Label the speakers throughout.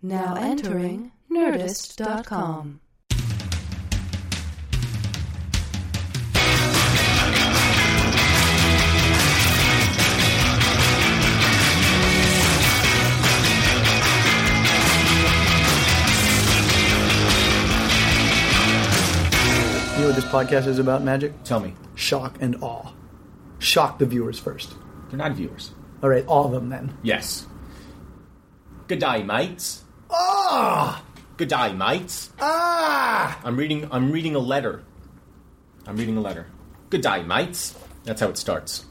Speaker 1: Now entering Nerdist.com.
Speaker 2: You know what this podcast is about, Magic?
Speaker 3: Tell me,
Speaker 2: Shock and awe. Shock the viewers first.
Speaker 3: they're not viewers.
Speaker 2: All right, all of them then.
Speaker 3: Yes. Good day, mates.
Speaker 2: Ah!
Speaker 3: Good day, mates.
Speaker 2: Ah!
Speaker 3: I'm reading. I'm reading a letter. I'm reading a letter. Good day, mates. That's how it starts.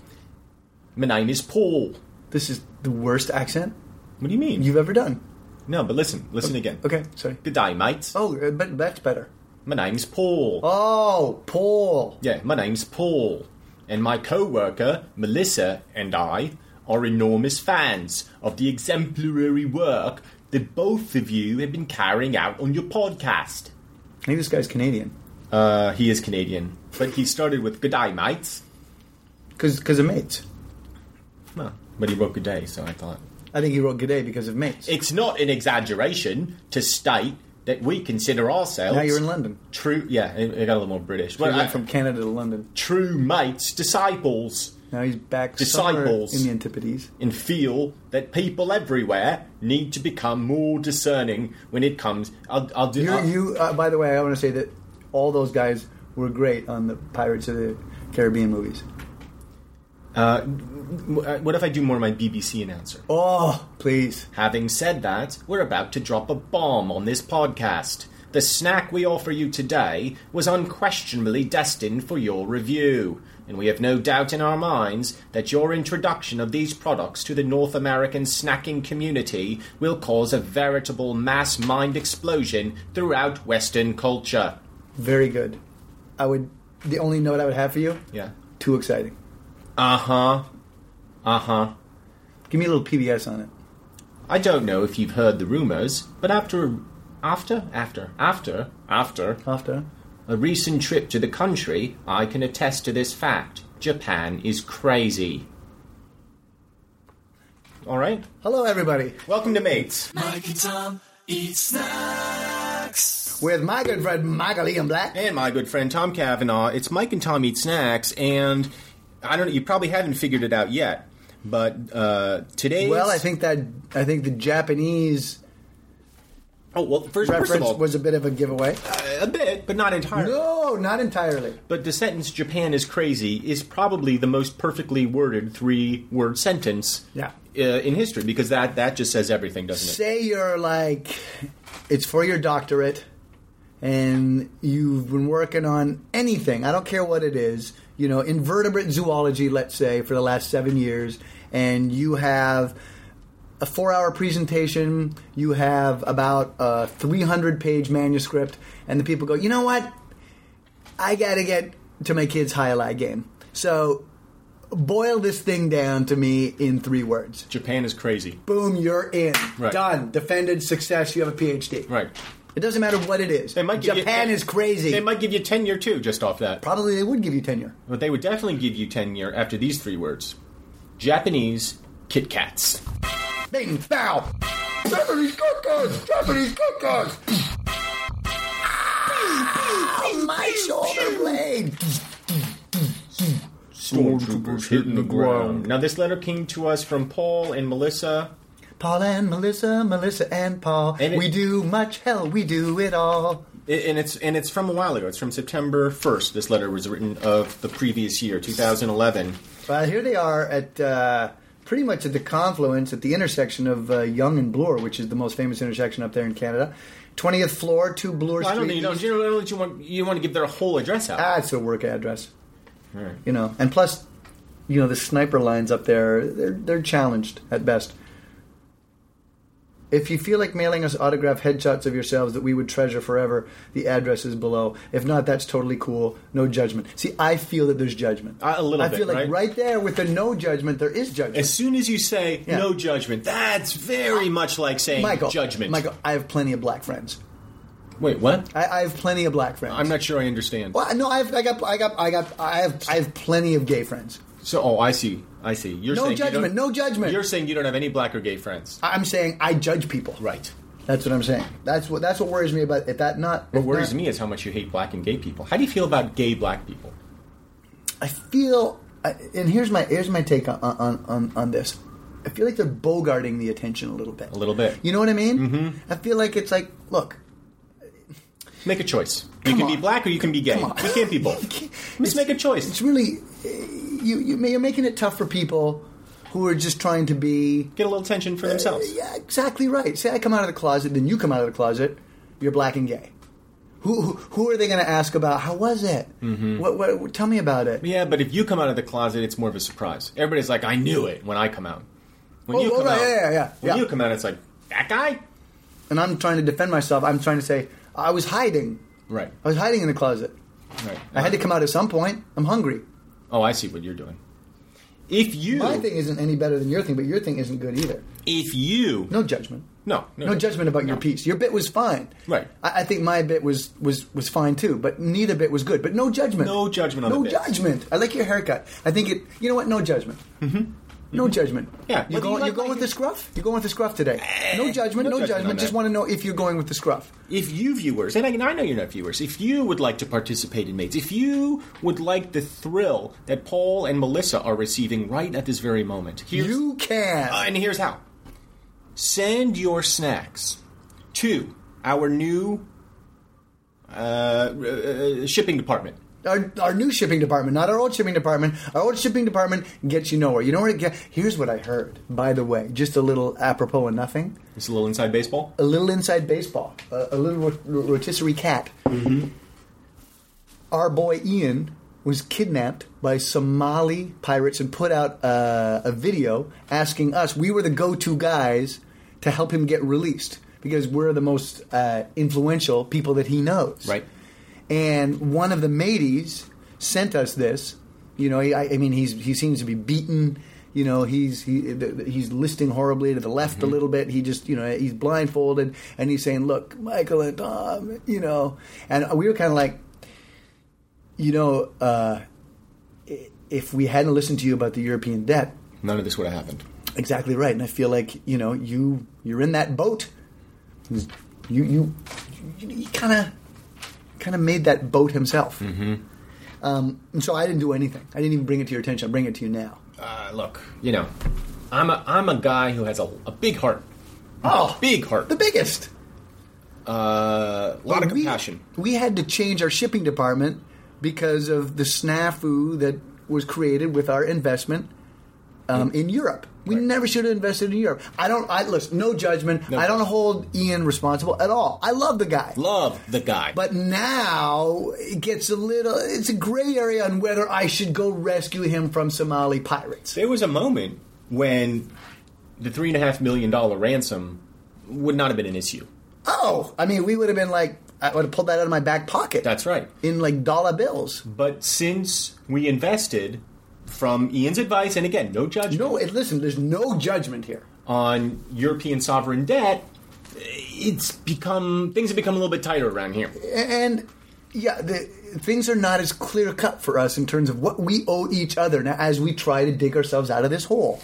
Speaker 3: My name is Paul.
Speaker 2: This is the worst accent
Speaker 3: What do you mean?
Speaker 2: you've ever done.
Speaker 3: no, but listen. Listen again.
Speaker 2: Okay, sorry.
Speaker 3: Good day, mates.
Speaker 2: Oh, uh, but that's better.
Speaker 3: My name's Paul.
Speaker 2: Oh, Paul.
Speaker 3: Yeah, my name's Paul, and my co worker, Melissa, and I are enormous fans of the exemplary work that both of you have been carrying out on your podcast.
Speaker 2: Maybe this guy's Canadian.
Speaker 3: Uh, he is Canadian, but he started with Good Day, Mates.
Speaker 2: Because of mates.
Speaker 3: Well, but he wrote Good Day, so I thought.
Speaker 2: I think he wrote G'day because of mates.
Speaker 3: It's not an exaggeration to state that we consider ourselves.
Speaker 2: now you're in London.
Speaker 3: True, yeah, it, it got a little more British.
Speaker 2: He
Speaker 3: Well,
Speaker 2: went
Speaker 3: I-
Speaker 2: from Canada to London.
Speaker 3: true mates, disciples.
Speaker 2: Now he's back somewhere
Speaker 3: Disciples.
Speaker 2: in the Antipodes.
Speaker 3: and feel that people everywhere need to become more discerning when it comes. I'll, I'll do.
Speaker 2: You,
Speaker 3: I'll-
Speaker 2: you uh, by the way, I want to say that all those guys were great on the Pirates of the Caribbean movies.
Speaker 3: uh, what if I do more of my BBC announcer?
Speaker 2: Oh, please.
Speaker 3: Having said that, we're about to drop a bomb on this podcast. The snack we offer you today was unquestionably destined for your review, and we have no doubt in our minds that your introduction of these products to the North American snacking community will cause a veritable mass mind explosion throughout Western culture.
Speaker 2: Very good. I would. The only note I would have for you.
Speaker 3: Yeah.
Speaker 2: Too exciting.
Speaker 3: Uh huh. Uh huh.
Speaker 2: Give me a little PBS on it.
Speaker 3: I don't know if you've heard the rumors, but after. After? After. After. After.
Speaker 2: After.
Speaker 3: A recent trip to the country, I can attest to this fact. Japan is crazy. All right.
Speaker 2: Hello, everybody.
Speaker 3: Welcome to Mates.
Speaker 4: Mike and Tom eat snacks.
Speaker 2: With my good friend Michael Ian Black.
Speaker 3: And my good friend Tom Kavanaugh. It's Mike and Tom Eat Snacks, and I don't. You probably haven't figured it out yet, but uh, today.
Speaker 2: Well, I think that I think the Japanese
Speaker 3: Oh well, first, first of
Speaker 2: reference
Speaker 3: all,
Speaker 2: was a bit of a giveaway.
Speaker 3: a bit, but not entirely.
Speaker 2: No, not entirely.
Speaker 3: But the sentence "Japan is crazy" is probably the most perfectly worded three-word sentence
Speaker 2: Yeah.
Speaker 3: uh, in history because that that just says everything, doesn't it?
Speaker 2: Say you're like, it's for your doctorate, and you've been working on anything. I don't care what it is. You know, invertebrate zoology, let's say, for the last seven years, and you have a four-hour presentation. You have about a 300-page manuscript, and the people go, you know what? I gotta get to my kids' highlight game. So. Boil this thing down to me in three words
Speaker 3: Japan is crazy,
Speaker 2: boom, you're in.
Speaker 3: Right.
Speaker 2: Done. Defended success. You have a PhD.
Speaker 3: right?
Speaker 2: It doesn't matter what it is.
Speaker 3: They might give you-
Speaker 2: Japan
Speaker 3: they-
Speaker 2: is crazy.
Speaker 3: They might give you tenure too, just off that.
Speaker 2: Probably they would give you tenure.
Speaker 3: But they would definitely give you tenure after these three words: Japanese Kit Kats.
Speaker 2: Bing, bow. Japanese cookers. Japanese cookers. Ah, my shoulder blade.
Speaker 3: Stormtroopers hitting the ground. Now this letter came to us from Paul and Melissa.
Speaker 2: Paul and Melissa, Melissa and Paul.
Speaker 3: And it-
Speaker 2: we do much hell. We do it all.
Speaker 3: I- And it's and it's from a while ago. It's from September first. This letter was written of the previous year, 2011.
Speaker 2: Well, here they are at uh, pretty much at the confluence, at the intersection of uh, Young and Bloor, which is the most famous intersection up there in Canada. 20th floor, 2 Bloor
Speaker 3: Well, I
Speaker 2: Street.
Speaker 3: don't know. You don't,
Speaker 2: East.
Speaker 3: you don't, you want you want to give their whole address out.
Speaker 2: Ah, it's a work address. You know, and plus, you know, the sniper lines up there, they're, they're challenged at best. If you feel like mailing us autographed headshots of yourselves that we would treasure forever, the address is below. If not, that's totally cool. No judgment. See, I feel that there's judgment.
Speaker 3: Uh, a little
Speaker 2: I
Speaker 3: bit,
Speaker 2: feel like
Speaker 3: right?
Speaker 2: there with the no judgment, there is judgment.
Speaker 3: As soon as you say
Speaker 2: Yeah.
Speaker 3: no judgment, that's very much like saying
Speaker 2: Michael,
Speaker 3: judgment.
Speaker 2: Michael, I have plenty of black friends.
Speaker 3: Wait, what?
Speaker 2: I, I have plenty of black friends.
Speaker 3: I'm not sure I understand.
Speaker 2: Well, no, I've, I got, I got, I got, I have, I have plenty of gay friends.
Speaker 3: So, oh, I see. I see. You're
Speaker 2: No
Speaker 3: saying you don't-
Speaker 2: judgment, no judgment.
Speaker 3: You're saying you don't have any black or gay friends.
Speaker 2: I'm saying I judge people.
Speaker 3: Right.
Speaker 2: That's what I'm saying. That's what that's what worries me about. If that not
Speaker 3: What
Speaker 2: if
Speaker 3: worries
Speaker 2: not-
Speaker 3: me is how much you hate black and gay people. How do you feel about gay black people?
Speaker 2: I feel, I, and here's my here's my take on, on on on this. I feel like they're bogarting the attention a little bit.
Speaker 3: A little bit.
Speaker 2: You know what I mean? Mm-hmm. I feel like it's like, look,
Speaker 3: Make a choice. You can
Speaker 2: on.
Speaker 3: be black or you can be gay.
Speaker 2: Come on.
Speaker 3: You can't be both. Just make a choice.
Speaker 2: it's really eh, you, you you're making it tough for people who are just trying to be.
Speaker 3: Get a little attention for themselves.
Speaker 2: Yeah, exactly right. Say I come out of the closet, then you come out of the closet. You're black and gay. Who who, who are they going to ask about? How was it? Mm-hmm. What, what? Tell me about it.
Speaker 3: Yeah, but if you come out of the closet, it's more of a surprise. Everybody's like, "I knew it" when I come out. When
Speaker 2: Oh,
Speaker 3: you
Speaker 2: oh,
Speaker 3: come
Speaker 2: right,
Speaker 3: out,
Speaker 2: yeah, yeah, yeah,
Speaker 3: When
Speaker 2: yeah.
Speaker 3: you come out, it's like that guy.
Speaker 2: And I'm trying to defend myself. I'm trying to say I was hiding.
Speaker 3: Right.
Speaker 2: I was hiding in the closet.
Speaker 3: Right.
Speaker 2: I had to come out at some point. I'm hungry.
Speaker 3: Oh, I see what you're doing. If you,
Speaker 2: My thing isn't any better than your thing, but your thing isn't good either.
Speaker 3: if you,
Speaker 2: No judgment.
Speaker 3: no,
Speaker 2: No judgment about your piece. Your bit was fine.
Speaker 3: Right.
Speaker 2: I, I think my bit was, was was fine too, but neither bit was good. But no judgment.
Speaker 3: No judgment on
Speaker 2: No
Speaker 3: the bits.
Speaker 2: judgment. I like your haircut. I think it. You know what? No judgment. Mm-hmm. No judgment.
Speaker 3: Yeah,
Speaker 2: You
Speaker 3: whether
Speaker 2: going?
Speaker 3: you like
Speaker 2: you're going
Speaker 3: my-
Speaker 2: with the scruff. You're going with the scruff today. No judgment. No,
Speaker 3: no judgment on
Speaker 2: judgment. Just
Speaker 3: that.
Speaker 2: want to know if you're going with the scruff.
Speaker 3: If you viewers, and I, and I know you're not viewers, if you would like to participate in Mates, if you would like the thrill that Paul and Melissa are receiving right at this very moment, here's,
Speaker 2: You can.
Speaker 3: Uh, and here's how. Send your snacks to our new uh, r- uh, shipping department.
Speaker 2: Our, our new shipping department, not our old shipping department. Our old shipping department gets you nowhere. You know where it gets? Here's what I heard, by the way, just a little apropos of nothing.
Speaker 3: It's a little inside baseball.
Speaker 2: A little inside baseball, a, a little rot- rotisserie cat. Mm-hmm. Our boy Ian was kidnapped by Somali pirates and put out a, a video asking us, we were the go to guys, to help him get released because we're the most uh, influential people that he knows
Speaker 3: Right.
Speaker 2: and one of the mateys sent us this. You know, he, I, I mean, he's he seems to be beaten. You know, he's he th- th- he's listing horribly to the left a little bit. He just you know he's blindfolded and he's saying, "Look, Michael and Tom," you know, and we were kind of like, you know, uh, i- if we hadn't listened to you about the European debt,
Speaker 3: None of this would have happened.
Speaker 2: exactly right. And I feel like you know you you're in that boat. You you you kind of kind of made that boat himself. Mm-hmm. Um, and so I didn't do anything. I didn't even bring it to your attention. I bring it to you now.
Speaker 3: Uh, look, you know, I'm a, I'm a guy who has a, a big heart.
Speaker 2: Oh,
Speaker 3: Big heart.
Speaker 2: the biggest.
Speaker 3: Uh, lot of
Speaker 2: We-
Speaker 3: compassion.
Speaker 2: We had to change our shipping department because of the snafu that was created with our investment
Speaker 3: Mm.
Speaker 2: um, in Europe. We never should have invested in Europe. I don't. I listen. No judgment.
Speaker 3: No
Speaker 2: I don't
Speaker 3: judgment.
Speaker 2: hold Ian responsible at all. I love the guy.
Speaker 3: Love the guy.
Speaker 2: But now it gets a little. It's a gray area on whether I should go rescue him from Somali pirates.
Speaker 3: There was a moment when the three and a half million dollar ransom would not have been an issue.
Speaker 2: Oh, I mean, we would have been like, I would have pulled that out of my back pocket.
Speaker 3: That's right.
Speaker 2: In like dollar bills.
Speaker 3: But since we invested from Ian's advice, and again, no judgment
Speaker 2: No, it, listen. There's no judgment here.
Speaker 3: on European sovereign debt, it's become things have become a little bit tighter around here.
Speaker 2: and yeah, the, things are not as clear cut for us in terms of what we owe each other now as we try to dig ourselves out of this hole.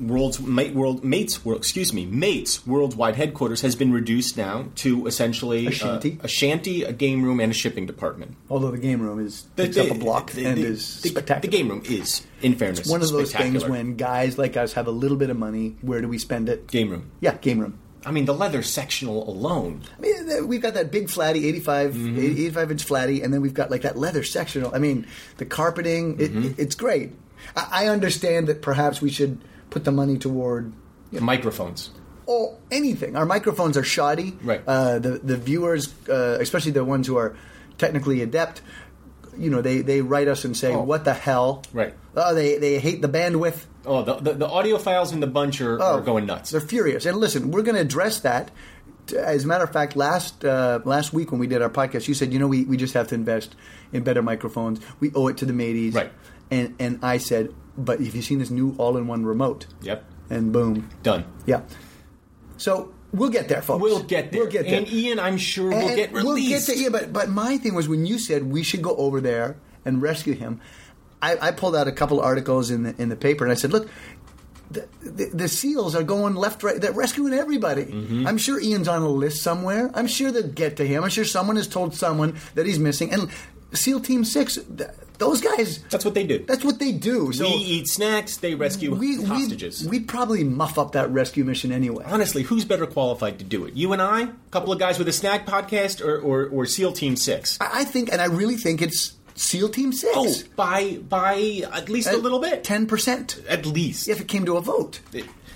Speaker 3: World's mate, world mates, world, excuse me, mates worldwide headquarters has been reduced now to essentially
Speaker 2: A shanty.
Speaker 3: a, shanty, a game room, and a shipping department.
Speaker 2: Although the game room is picks up a block
Speaker 3: the-
Speaker 2: and
Speaker 3: the-
Speaker 2: is
Speaker 3: the,
Speaker 2: spectacular.
Speaker 3: The game room is, in fairness,
Speaker 2: It's one of those things
Speaker 3: spectacular.
Speaker 2: when guys like us have a little bit of money. Where do we spend it?
Speaker 3: game room.
Speaker 2: Yeah, game room.
Speaker 3: I mean, the leather sectional alone.
Speaker 2: I mean, th- we've got that big flatty, 85,
Speaker 3: Mm-hmm.
Speaker 2: 85 inch flatty, and then we've got like that leather sectional. I mean, the carpeting, it,
Speaker 3: Mm-hmm.
Speaker 2: it's great. I, I understand that perhaps we should put the money toward
Speaker 3: Microphones.
Speaker 2: or anything. Our microphones are shoddy.
Speaker 3: Right.
Speaker 2: Uh, the the viewers, uh, especially the ones who are technically adept, you know they, they write us and say
Speaker 3: Oh.
Speaker 2: what the hell
Speaker 3: Right.
Speaker 2: oh they they hate the bandwidth
Speaker 3: Oh, the, the, the audio files in the bunch are, are going nuts.
Speaker 2: Oh. they're furious and listen we're going to address that as a matter of fact last uh, last week when we did our podcast you said you know we, we just have to invest in better microphones we owe it to the mateys
Speaker 3: Right.
Speaker 2: and and I said but have you seen this new all in one remote
Speaker 3: Yep.
Speaker 2: and boom
Speaker 3: Done.
Speaker 2: yeah so we'll get there folks
Speaker 3: We'll get there.
Speaker 2: we'll get there
Speaker 3: And Ian, I'm sure, will
Speaker 2: And
Speaker 3: get released.
Speaker 2: to yeah, but but my thing was when you said we should go over there and rescue him, I, I pulled out a couple articles in the in the paper and I said, look. The, the, the seals are going left, right. They're rescuing everybody.
Speaker 3: Mm-hmm.
Speaker 2: I'm sure Ian's on a list somewhere. I'm sure they'll get to him. I'm sure someone has told someone that he's missing. And SEAL Team Six, th- those guys,
Speaker 3: That's what they do.
Speaker 2: that's what they do. So
Speaker 3: we eat snacks, they rescue hostages.
Speaker 2: we we'd probably muff up that rescue mission anyway.
Speaker 3: Honestly, who's better qualified to do it? You and I? A couple of guys with a snack podcast or, or, or SEAL Team 6?
Speaker 2: I, I think, and I really think it's SEAL Team Six.
Speaker 3: Oh, by, by at least a little bit.
Speaker 2: Uh, ten percent.
Speaker 3: At least.
Speaker 2: if it came to a vote.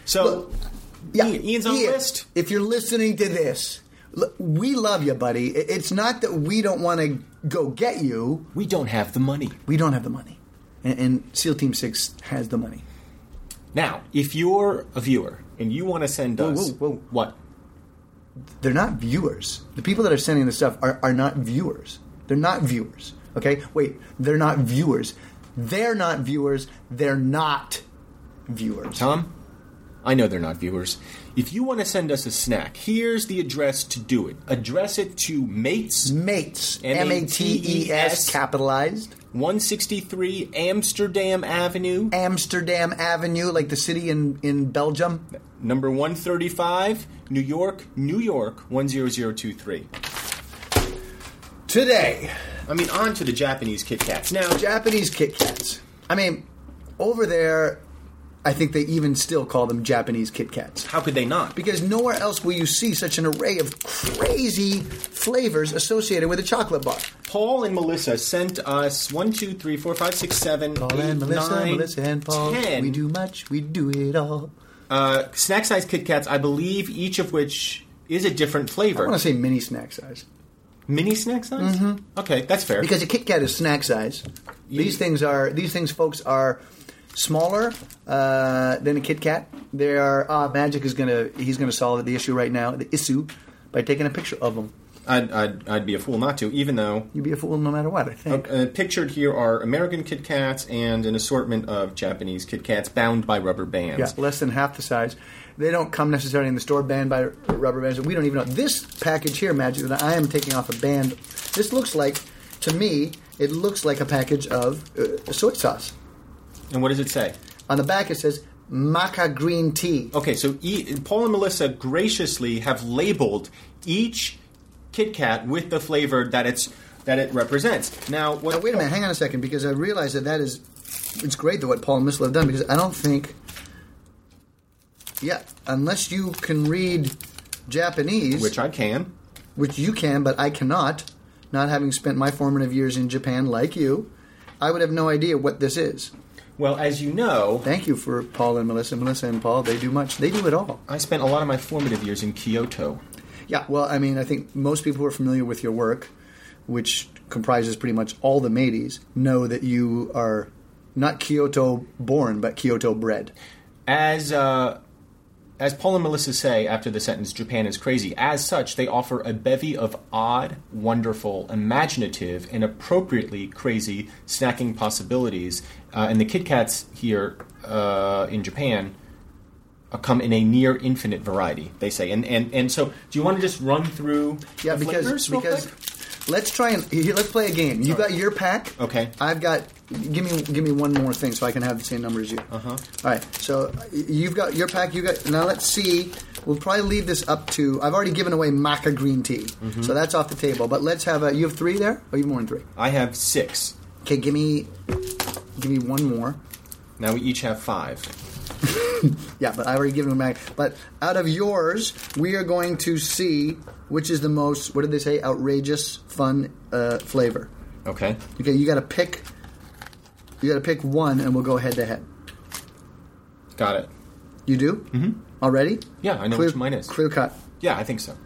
Speaker 3: So,
Speaker 2: Yeah,
Speaker 3: Ian- Ian's on the
Speaker 2: Ian,
Speaker 3: list.
Speaker 2: If you're listening to this, l- we love you, buddy. I- It's not that we don't want to go get you.
Speaker 3: We don't have the money.
Speaker 2: We don't have the money, and, and SEAL Team Six has the money.
Speaker 3: Now, if you're a viewer and you want to send us.
Speaker 2: whoa, whoa.
Speaker 3: What?
Speaker 2: They're not viewers. The people that are sending this stuff are, are not viewers. They're not viewers. Okay, wait, they're not viewers. They're not viewers. They're not viewers.
Speaker 3: Tom, I know they're not viewers. If you want to send us a snack, here's the address to do it. Address it to Mates
Speaker 2: Mates, M A T E
Speaker 3: M-A-T-E-S,
Speaker 2: S, capitalized.
Speaker 3: 163 Amsterdam Avenue,
Speaker 2: Amsterdam Avenue, like the city in, in Belgium.
Speaker 3: number 135, New York, New York 10023.
Speaker 2: Today,
Speaker 3: I mean, on to the Japanese Kit Kats. Now,
Speaker 2: Japanese Kit Kats. I mean, over there, I think they even still call them Japanese Kit Kats.
Speaker 3: how could they not?
Speaker 2: Because nowhere else will you see such an array of crazy flavors associated with a chocolate bar.
Speaker 3: Paul and Melissa sent us 1, 2, 3, 4, 5, 6, 7,
Speaker 2: Paul
Speaker 3: eight,
Speaker 2: and Melissa,
Speaker 3: nine,
Speaker 2: Melissa and Paul.
Speaker 3: 10,
Speaker 2: We do much, we do it all.
Speaker 3: uh, snack size Kit Kats, I believe each of which is a different flavor.
Speaker 2: I want to say mini snack size.
Speaker 3: Mini snack size? Mm-hmm. Okay, that's fair.
Speaker 2: Because a Kit Kat is snack size. These things are these things, folks, are smaller uh, than a Kit Kat. They are ah, Magic is gonna he's gonna solve the issue right now, the issue, by taking a picture of them.
Speaker 3: I'd, I'd, I'd be a fool not to, even though
Speaker 2: You'd be a fool no matter what. I think.
Speaker 3: uh, pictured here are American Kit Kats and an assortment of Japanese Kit Kats bound by rubber
Speaker 2: Yeah,
Speaker 3: bands.
Speaker 2: less than half the size. They don't come necessarily in the store band by rubber bands. We don't even know this package here, Magic. That I am taking off a band. This looks like, to me, it looks like a package of uh, soy sauce.
Speaker 3: And what does it say?
Speaker 2: On the back, it says maca green tea.
Speaker 3: Okay, so e- Paul and Melissa graciously have labeled each Kit Kat with the flavor that it's that it represents. Now, what,
Speaker 2: Now, wait a minute, hang on a second, because I realize that that is, it's great that what Paul and Missile have done, because I don't think, yeah, unless you can read Japanese,
Speaker 3: which I can.
Speaker 2: which you can, but I cannot, not having spent my formative years in Japan like you, I would have no idea what this is.
Speaker 3: Well, as you know,
Speaker 2: Thank you for Paul and Melissa. Melissa and Paul, they do much. They do it all.
Speaker 3: I spent a lot of my formative years in Kyoto.
Speaker 2: Yeah, well, I mean, I think most people who are familiar with your work, which comprises pretty much all the mateys, know that you are not Kyoto born, but Kyoto bred.
Speaker 3: As uh, as Paul and Melissa say after the sentence, Japan is crazy. As such, they offer a bevy of odd, wonderful, imaginative, and appropriately crazy snacking possibilities. Uh, and the Kit Kats here uh, in Japan uh, come in a near infinite variety. They say, and and and so, do you want to just run through?
Speaker 2: Yeah,
Speaker 3: the
Speaker 2: because
Speaker 3: flavors real
Speaker 2: because
Speaker 3: quick?
Speaker 2: let's try and here, let's play a game. You got your pack.
Speaker 3: Okay.
Speaker 2: I've got. Give me give me one more thing so I can have the same number as you. Uh
Speaker 3: Uh-huh.
Speaker 2: huh. All right. So y- you've got your pack. You got now. Let's see. We'll probably leave this up to. I've already given away maca green tea,
Speaker 3: Mm-hmm.
Speaker 2: so that's off the table. But let's have a. You have three there, or you have more than three?
Speaker 3: I have six.
Speaker 2: Okay, give me, give me one more.
Speaker 3: Now we each have five.
Speaker 2: Yeah, but I already given them back. But out of yours, we are going to see which is the most. What did they say? Outrageous fun uh, flavor.
Speaker 3: Okay.
Speaker 2: Okay, you got to pick. You got to pick one, and we'll go head to head.
Speaker 3: Got it.
Speaker 2: You do mm-hmm. already?
Speaker 3: Yeah, I know
Speaker 2: clear,
Speaker 3: which mine is.
Speaker 2: Clear cut.
Speaker 3: Yeah, I think so.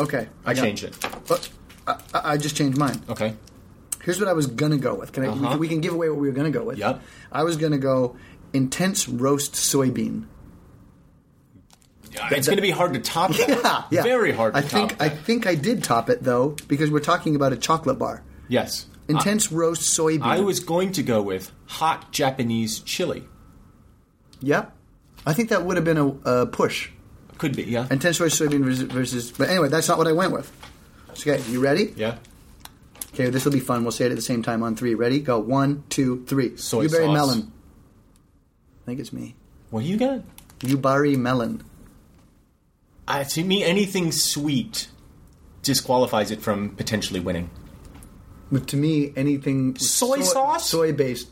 Speaker 2: Okay,
Speaker 3: I
Speaker 2: got-
Speaker 3: changed it.
Speaker 2: Oh, I, I I just changed mine.
Speaker 3: Okay.
Speaker 2: Here's what I was gonna go with. Can I? We,
Speaker 3: Uh-huh.
Speaker 2: can, we can give away what we were gonna go with.
Speaker 3: Yep.
Speaker 2: I was gonna go intense roast soybean.
Speaker 3: It's going to be hard to top that.
Speaker 2: Yeah, yeah.
Speaker 3: Very hard to
Speaker 2: I think
Speaker 3: top
Speaker 2: I
Speaker 3: that.
Speaker 2: think I did top it though because we're talking about a chocolate bar.
Speaker 3: Yes.
Speaker 2: Intense roast soybean.
Speaker 3: I was going to go with hot Japanese chili.
Speaker 2: Yep. I think that would have been a, a push.
Speaker 3: Could be, yeah.
Speaker 2: Intense roast soybean versus, versus. But anyway, that's not what I went with. Okay, you ready?
Speaker 3: yeah.
Speaker 2: Okay, this will be fun. We'll say it at the same time on three. Ready? Go. One, two, three.
Speaker 3: Soy
Speaker 2: Yubari
Speaker 3: sauce.
Speaker 2: melon. I think it's me.
Speaker 3: What do you got?
Speaker 2: Yubari melon.
Speaker 3: Uh, to me, anything sweet disqualifies it from potentially winning.
Speaker 2: But to me, anything with
Speaker 3: Soy sauce?
Speaker 2: soy based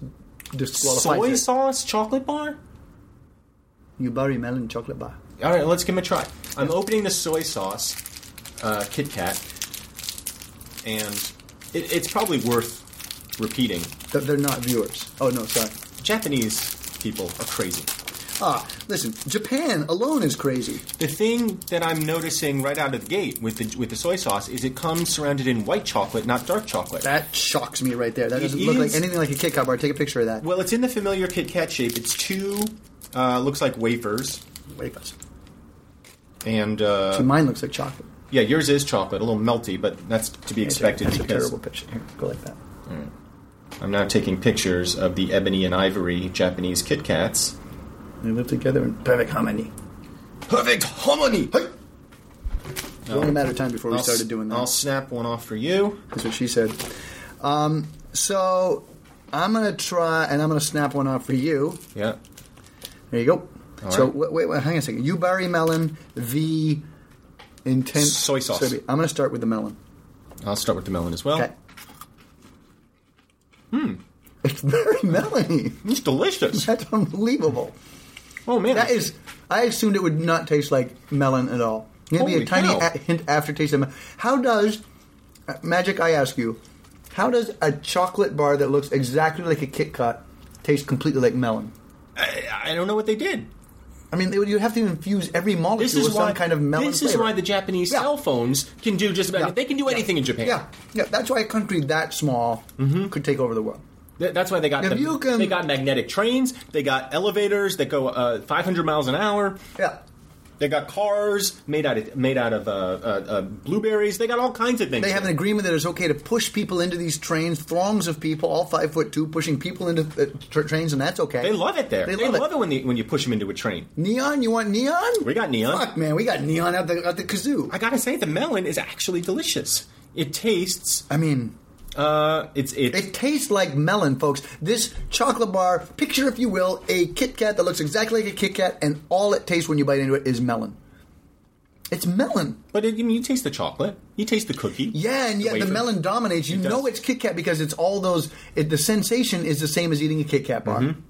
Speaker 2: disqualifies
Speaker 3: Soy
Speaker 2: it.
Speaker 3: sauce chocolate bar?
Speaker 2: Yubari melon chocolate bar.
Speaker 3: All right, let's give him a try. I'm opening the soy sauce uh, Kit Kat, and it, it's probably worth repeating.
Speaker 2: Th- They're not viewers. Oh no, sorry.
Speaker 3: Japanese people are crazy.
Speaker 2: Ah, listen. Japan alone is crazy.
Speaker 3: The thing that I'm noticing right out of the gate with the with the soy sauce is it comes surrounded in white chocolate, not dark chocolate.
Speaker 2: That shocks me right there. That
Speaker 3: It
Speaker 2: doesn't look like
Speaker 3: is-
Speaker 2: anything like a Kit Kat bar. Take a picture of that.
Speaker 3: well, it's in the familiar Kit Kat shape. It's two, uh, looks like wafers,
Speaker 2: Wafers.
Speaker 3: and
Speaker 2: See,
Speaker 3: uh,
Speaker 2: mine looks like chocolate.
Speaker 3: yeah, yours is chocolate, a little melty, but that's to be expected
Speaker 2: That's a
Speaker 3: because
Speaker 2: terrible picture. Here, go like that.
Speaker 3: I'm now taking pictures of the ebony and ivory Japanese Kit Kats.
Speaker 2: They live together in perfect harmony.
Speaker 3: Perfect harmony. Hey!
Speaker 2: It's only a matter of time before we started doing
Speaker 3: I'll
Speaker 2: that.
Speaker 3: snap one off for you.
Speaker 2: That's what she said. Um, so I'm gonna try, and I'm gonna snap one off for you.
Speaker 3: Yeah.
Speaker 2: There you go.
Speaker 3: All
Speaker 2: so
Speaker 3: right.
Speaker 2: wait, wait, wait, hang on a second. You Barry melon, the intense
Speaker 3: Soy sauce.
Speaker 2: soybean. I'm gonna start with the melon.
Speaker 3: I'll start with the melon as well.
Speaker 2: Okay. Hmm.
Speaker 3: Hmm.
Speaker 2: It's very melony.
Speaker 3: It's delicious.
Speaker 2: That's unbelievable.
Speaker 3: Oh man,
Speaker 2: That is. I assumed it would not taste like melon at all. Give me a
Speaker 3: Holy
Speaker 2: tiny
Speaker 3: cow.
Speaker 2: a- hint aftertaste of melon. How does uh, magic? I ask you, how does a chocolate bar that looks exactly like a Kit Kat taste completely like melon?
Speaker 3: I, I don't know what they did.
Speaker 2: I mean, they would, you have to infuse every molecule
Speaker 3: This is
Speaker 2: with
Speaker 3: why
Speaker 2: some kind of melon.
Speaker 3: This is
Speaker 2: flavor.
Speaker 3: why the Japanese
Speaker 2: Yeah.
Speaker 3: cell phones can do just about
Speaker 2: Yeah.
Speaker 3: it. They can do anything in Japan.
Speaker 2: yeah, yeah. That's why a country that small
Speaker 3: Mm-hmm.
Speaker 2: could take over the world.
Speaker 3: Th- That's why they got
Speaker 2: If
Speaker 3: the,
Speaker 2: you can-
Speaker 3: they got magnetic trains. They got elevators that go uh, 500 miles an hour.
Speaker 2: Yeah,
Speaker 3: They got cars made out of made out of uh, uh, uh, blueberries. They got all kinds of things.
Speaker 2: they have an agreement that it's okay to push people into these trains, throngs of people, all five foot two, pushing people into uh, tra- trains, and that's okay.
Speaker 3: They love it there.
Speaker 2: They
Speaker 3: They,
Speaker 2: love
Speaker 3: love,
Speaker 2: it.
Speaker 3: it, when the, when you push them into a train.
Speaker 2: Neon? You want neon?
Speaker 3: We got neon.
Speaker 2: Fuck, man, we got neon out the out the kazoo.
Speaker 3: I gotta say, the melon is actually delicious. It tastes.
Speaker 2: I mean,
Speaker 3: Uh, it's it.
Speaker 2: it tastes like melon, folks. This chocolate bar, picture if you will, a Kit Kat that looks exactly like a Kit Kat, and all it tastes when you bite into it is melon. It's melon.
Speaker 3: but it, I mean, you taste the chocolate. You taste the cookie.
Speaker 2: Yeah, and yet the,
Speaker 3: wafer.
Speaker 2: melon dominates. You
Speaker 3: It does.
Speaker 2: know it's Kit Kat because it's all those. It, the sensation is the same as eating a Kit Kat bar.
Speaker 3: Mm-hmm.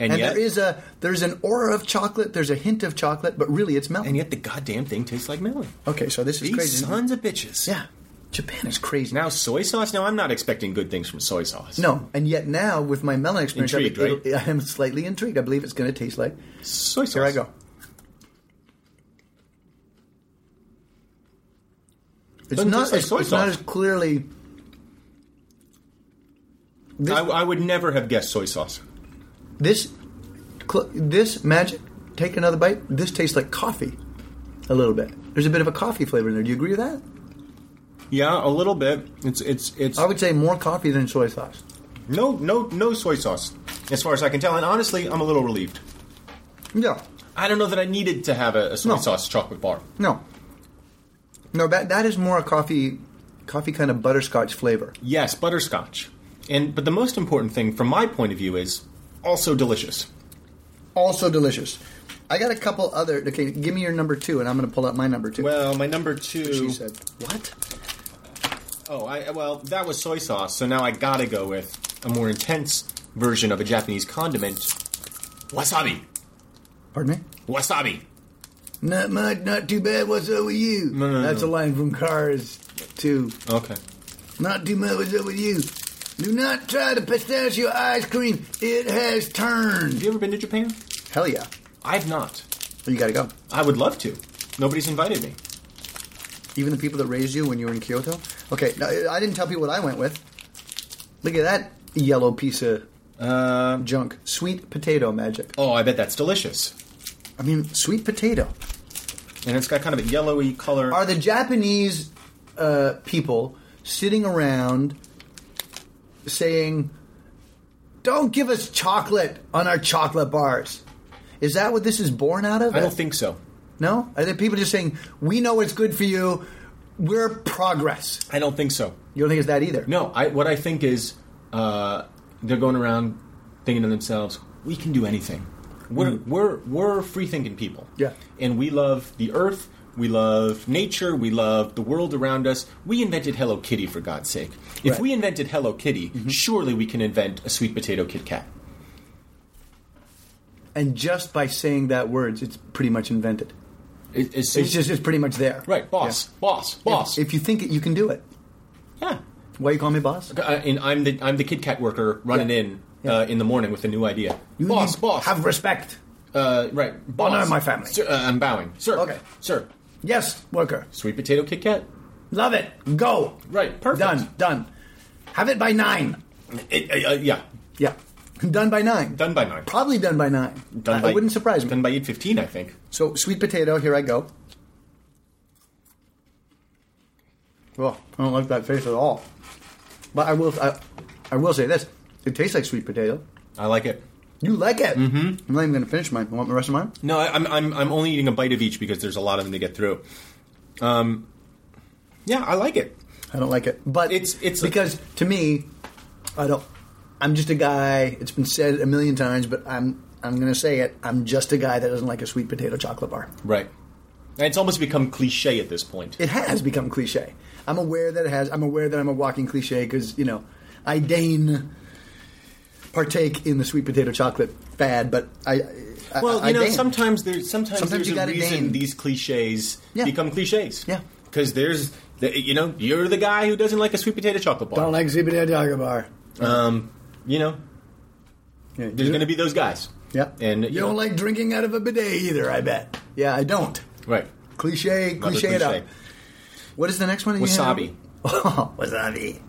Speaker 3: and,
Speaker 2: And
Speaker 3: yet,
Speaker 2: there is a there's an aura of chocolate. There's a hint of chocolate, but really it's melon.
Speaker 3: and yet the goddamn thing tastes like melon.
Speaker 2: okay, so this is
Speaker 3: These
Speaker 2: crazy.
Speaker 3: sons of bitches.
Speaker 2: Yeah, Japan is crazy.
Speaker 3: Now soy sauce. Now I'm not expecting good things from soy sauce.
Speaker 2: No, and yet now with my melon experience,
Speaker 3: Intrigued,
Speaker 2: I, be- I am slightly intrigued. I believe it's going to taste like.
Speaker 3: soy sauce.
Speaker 2: Here I go. It's
Speaker 3: Doesn't
Speaker 2: not.
Speaker 3: taste like
Speaker 2: as,
Speaker 3: soy
Speaker 2: it's not as
Speaker 3: sauce.
Speaker 2: clearly. This,
Speaker 3: I, I would never have guessed soy sauce.
Speaker 2: this, cl- this magic. Take another bite. This tastes like coffee, a little bit. There's a bit of a coffee flavor in there. Do you agree with that?
Speaker 3: Yeah, a little bit. It's it's it's
Speaker 2: I would say more coffee than soy sauce.
Speaker 3: no no no soy sauce as far as I can tell. And honestly, I'm a little relieved.
Speaker 2: Yeah.
Speaker 3: I don't know that I needed to have a, a soy
Speaker 2: No.
Speaker 3: sauce chocolate bar.
Speaker 2: No. No, that that is more a coffee, coffee kind of butterscotch flavor.
Speaker 3: Yes, butterscotch. And but the most important thing from my point of view is also delicious.
Speaker 2: also delicious. I got a couple other. Okay, give me your number two, and I'm going to pull out my number two.
Speaker 3: Well, my number two.
Speaker 2: she said, "What?
Speaker 3: Oh, I well that was soy sauce. So now I gotta go with a more intense version of a Japanese condiment, wasabi.
Speaker 2: Pardon me?
Speaker 3: Wasabi.
Speaker 2: Not much, not too bad. What's up with you?
Speaker 3: no,
Speaker 2: That's a line from Cars Two.
Speaker 3: Okay.
Speaker 2: Not too much. What's up with you? Do not try the pistachio ice cream. It has
Speaker 3: Have
Speaker 2: turned.
Speaker 3: you ever been to Japan?
Speaker 2: Hell yeah!
Speaker 3: I've not.
Speaker 2: You got to go.
Speaker 3: I would love to. Nobody's invited me.
Speaker 2: Even the people that raised you when you were in Kyoto. Okay, now, I didn't tell people what I went with. Look at that yellow piece of
Speaker 3: Uh,
Speaker 2: junk. Sweet potato magic.
Speaker 3: oh, I bet that's delicious.
Speaker 2: I mean, sweet potato.
Speaker 3: And it's got kind of a yellowy color.
Speaker 2: Are the Japanese uh, people sitting around saying, "Don't give us chocolate on our chocolate bars"? Is that what this is born out of?
Speaker 3: I don't think so.
Speaker 2: No, are there people just saying, "We know it's good for you. We're progress."
Speaker 3: I don't think so.
Speaker 2: You don't think it's that either?
Speaker 3: No, I, what I think is uh, they're going around thinking to themselves, we can do anything. We're, we're, we're free thinking people.
Speaker 2: Mm. Yeah.
Speaker 3: And we love the earth, we love nature, we love the world around us. We invented Hello Kitty, for God's sake. If
Speaker 2: Right. Mm-hmm.
Speaker 3: we invented Hello Kitty, surely we can invent a sweet potato Kit Kat.
Speaker 2: And just by saying that words, it's pretty much invented.
Speaker 3: It- it's,
Speaker 2: It's just it's pretty much there.
Speaker 3: Right, boss, boss, boss.
Speaker 2: If you think it, you can do it.
Speaker 3: yeah.
Speaker 2: Why you call me boss?
Speaker 3: Uh, and I'm the, I'm the Kit Kat worker running
Speaker 2: Yeah.
Speaker 3: in
Speaker 2: Yeah.
Speaker 3: Uh, in the morning with a new idea.
Speaker 2: You
Speaker 3: boss,
Speaker 2: need-
Speaker 3: boss.
Speaker 2: Have respect.
Speaker 3: Uh, right. Boss.
Speaker 2: Honor my family.
Speaker 3: Sir, uh, I'm bowing. Sir.
Speaker 2: Okay.
Speaker 3: Sir.
Speaker 2: Yes, worker.
Speaker 3: Sweet potato Kit Kat.
Speaker 2: Love it. Go.
Speaker 3: Right, perfect.
Speaker 2: Done. Done. Have it by nine.
Speaker 3: It, uh, uh, yeah.
Speaker 2: Yeah. Done by nine.
Speaker 3: Done by nine.
Speaker 2: Probably done by nine.
Speaker 3: Done
Speaker 2: I-
Speaker 3: by,
Speaker 2: it wouldn't surprise me.
Speaker 3: Done by 8.15, I think.
Speaker 2: so sweet potato. Here I go. Well, Oh, I don't like that face at all. But I will. I, I will say this. It tastes like sweet potato.
Speaker 3: I like it.
Speaker 2: You like it. Mm-hmm. I'm not even going to finish mine. You want the rest of mine?
Speaker 3: No, I, I'm, I'm, I'm only eating a bite of each because there's a lot of them to get through. Um, yeah, I like it.
Speaker 2: I don't like it. But
Speaker 3: It's- it's-
Speaker 2: because to me, I don't. I'm just a guy. It's been said a million times, but I'm I'm going to say it. I'm just a guy that doesn't like a sweet potato chocolate bar.
Speaker 3: Right. And it's almost become cliche at this point.
Speaker 2: It has become cliche. I'm aware that it has. I'm aware that I'm a walking cliche because you know I deign partake in the sweet potato chocolate fad, but I. I
Speaker 3: Well,
Speaker 2: I- I
Speaker 3: you know,
Speaker 2: deign.
Speaker 3: sometimes there's sometimes,
Speaker 2: Sometimes you
Speaker 3: there's a
Speaker 2: gotta
Speaker 3: reason
Speaker 2: deign.
Speaker 3: these cliches
Speaker 2: Yeah.
Speaker 3: become cliches.
Speaker 2: Yeah.
Speaker 3: because there's the, you know you're the guy who doesn't like a sweet potato chocolate bar.
Speaker 2: don't like sweet potato chocolate bar.
Speaker 3: you know,
Speaker 2: Yeah,
Speaker 3: there's
Speaker 2: you-
Speaker 3: going to be those guys.
Speaker 2: Yep.
Speaker 3: and
Speaker 2: you don't like drinking out of a bidet either. I bet. Yeah, I don't.
Speaker 3: right
Speaker 2: Cliche,
Speaker 3: Another
Speaker 2: cliche, it up. What is the next one? that you have?
Speaker 3: wasabi.
Speaker 2: Oh, wasabi.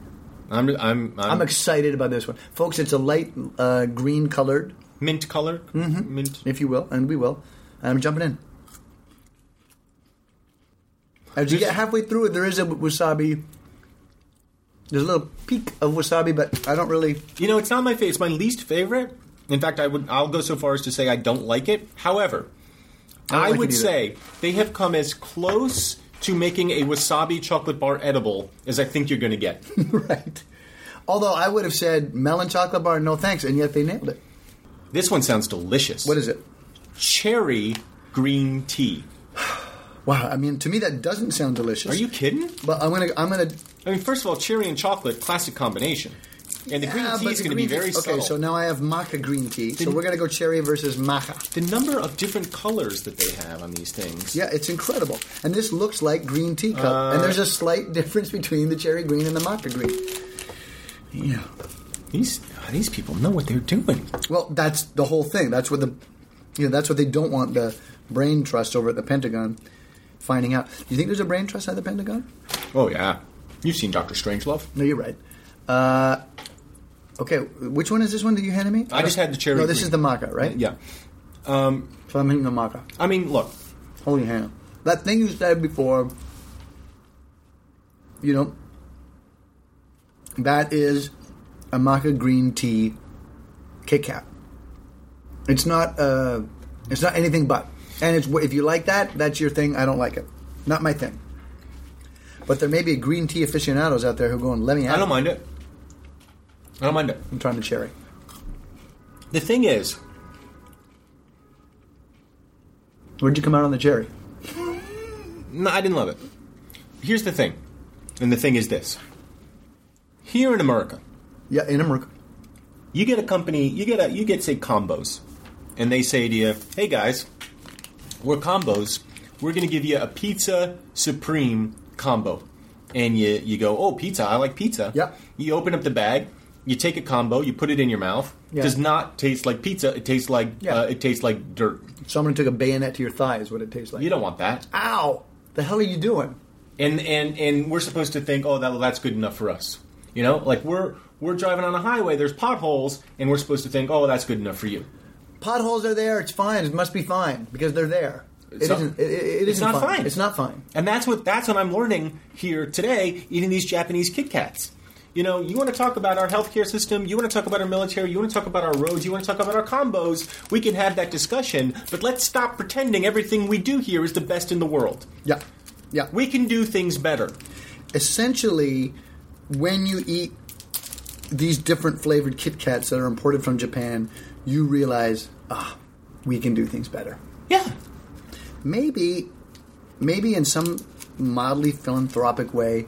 Speaker 3: I'm I'm, I'm,
Speaker 2: I'm excited about this one, folks. It's a light uh, green colored,
Speaker 3: mint color,
Speaker 2: Mm-hmm.
Speaker 3: mint.
Speaker 2: if you will, and we will. I'm jumping in. As you
Speaker 3: This-
Speaker 2: get halfway through it, there is a wasabi. There's a little peak of wasabi, but I don't really.
Speaker 3: You know, it's not my favorite. It's my least favorite. In fact, I would I'll go so far as to say I don't like it. However,
Speaker 2: don't
Speaker 3: I
Speaker 2: like it
Speaker 3: would
Speaker 2: either.
Speaker 3: say they have come as close to making a wasabi chocolate bar edible as I think you're going to get.
Speaker 2: right. Although I would have said melon chocolate bar, no thanks, and yet they nailed it.
Speaker 3: This one sounds delicious.
Speaker 2: What is it?
Speaker 3: Cherry green tea.
Speaker 2: Wow. I mean, to me, that doesn't sound delicious.
Speaker 3: Are you kidding?
Speaker 2: But I'm gonna. I'm gonna.
Speaker 3: I mean, first of all, cherry and chocolate, classic combination. And the green
Speaker 2: Ah,
Speaker 3: tea
Speaker 2: but
Speaker 3: is
Speaker 2: the
Speaker 3: going to
Speaker 2: green
Speaker 3: be
Speaker 2: tea-
Speaker 3: very
Speaker 2: okay,
Speaker 3: subtle.
Speaker 2: so now I have maca green tea. So
Speaker 3: Didn't-
Speaker 2: we're gonna go cherry versus maca.
Speaker 3: the number of different colors that they have on these things.
Speaker 2: Yeah, it's incredible. And this looks like green tea cup. and
Speaker 3: Uh.
Speaker 2: there's a slight difference between the cherry green and the maca green. Yeah.
Speaker 3: These uh, these people know what they're doing.
Speaker 2: Well, that's the whole thing. That's what the you know, that's what they don't want the brain trust over at the Pentagon finding out. Do you think there's a brain trust at the Pentagon?
Speaker 3: Oh yeah, you've seen Doctor Strangelove.
Speaker 2: No, you're right. Uh, okay, which one is this one that you handed me?
Speaker 3: I just had the cherry
Speaker 2: No, this
Speaker 3: green.
Speaker 2: is the maca, right?
Speaker 3: Yeah,
Speaker 2: So I'm hitting the maca.
Speaker 3: I mean, look,
Speaker 2: Hold your hand. That thing you said before, you know, that is a maca green tea Kit Kat. It's not uh, it's not anything but. And it's if you like that, that's your thing. I don't like it. Not my thing. But there may be green tea aficionados out there who are going, let me have
Speaker 3: I don't
Speaker 2: it."
Speaker 3: mind it. I don't mind it.
Speaker 2: I'm trying to cherry.
Speaker 3: The thing is,
Speaker 2: Where'd you come out on the cherry?
Speaker 3: no, I didn't love it. Here's the thing, and the thing is this: here in America,
Speaker 2: Yeah, in America.
Speaker 3: you get a company, you get a, you get say combos, and they say to you, "Hey guys, we're combos. We're going to give you a pizza supreme combo." And you you go, "Oh, pizza! I like pizza."
Speaker 2: Yep.
Speaker 3: You open up the bag, you take a combo, you put it in your mouth.
Speaker 2: Yeah.
Speaker 3: Does not taste like pizza. It tastes like
Speaker 2: Yeah.
Speaker 3: uh, it tastes like dirt.
Speaker 2: Someone took a bayonet to your thigh is what it tastes like.
Speaker 3: You don't want that.
Speaker 2: Ow! The hell are you doing?
Speaker 3: And and and we're supposed to think, "Oh, that that's good enough for us." You know, like we're We're driving on a highway, there's potholes, and we're supposed to think, oh, that's good enough for you.
Speaker 2: Potholes are there. It's fine. It must be fine because they're there. It
Speaker 3: It's not-
Speaker 2: not It, it, it
Speaker 3: it's
Speaker 2: isn't
Speaker 3: not fine.
Speaker 2: It's not fine.
Speaker 3: And that's what that's what I'm learning here today, eating these Japanese Kit Kats. You know, you want to talk about our healthcare system, you want to talk about our military, you want to talk about our roads, you want to talk about our combos. We can have that discussion, but let's stop pretending everything we do here is the best in the world.
Speaker 2: Yeah, yeah.
Speaker 3: We can do things better.
Speaker 2: essentially, when you eat these different flavored Kit Kats that are imported from Japan, you realize, ah, we can do things better.
Speaker 3: Yeah.
Speaker 2: Maybe, maybe in some mildly philanthropic way,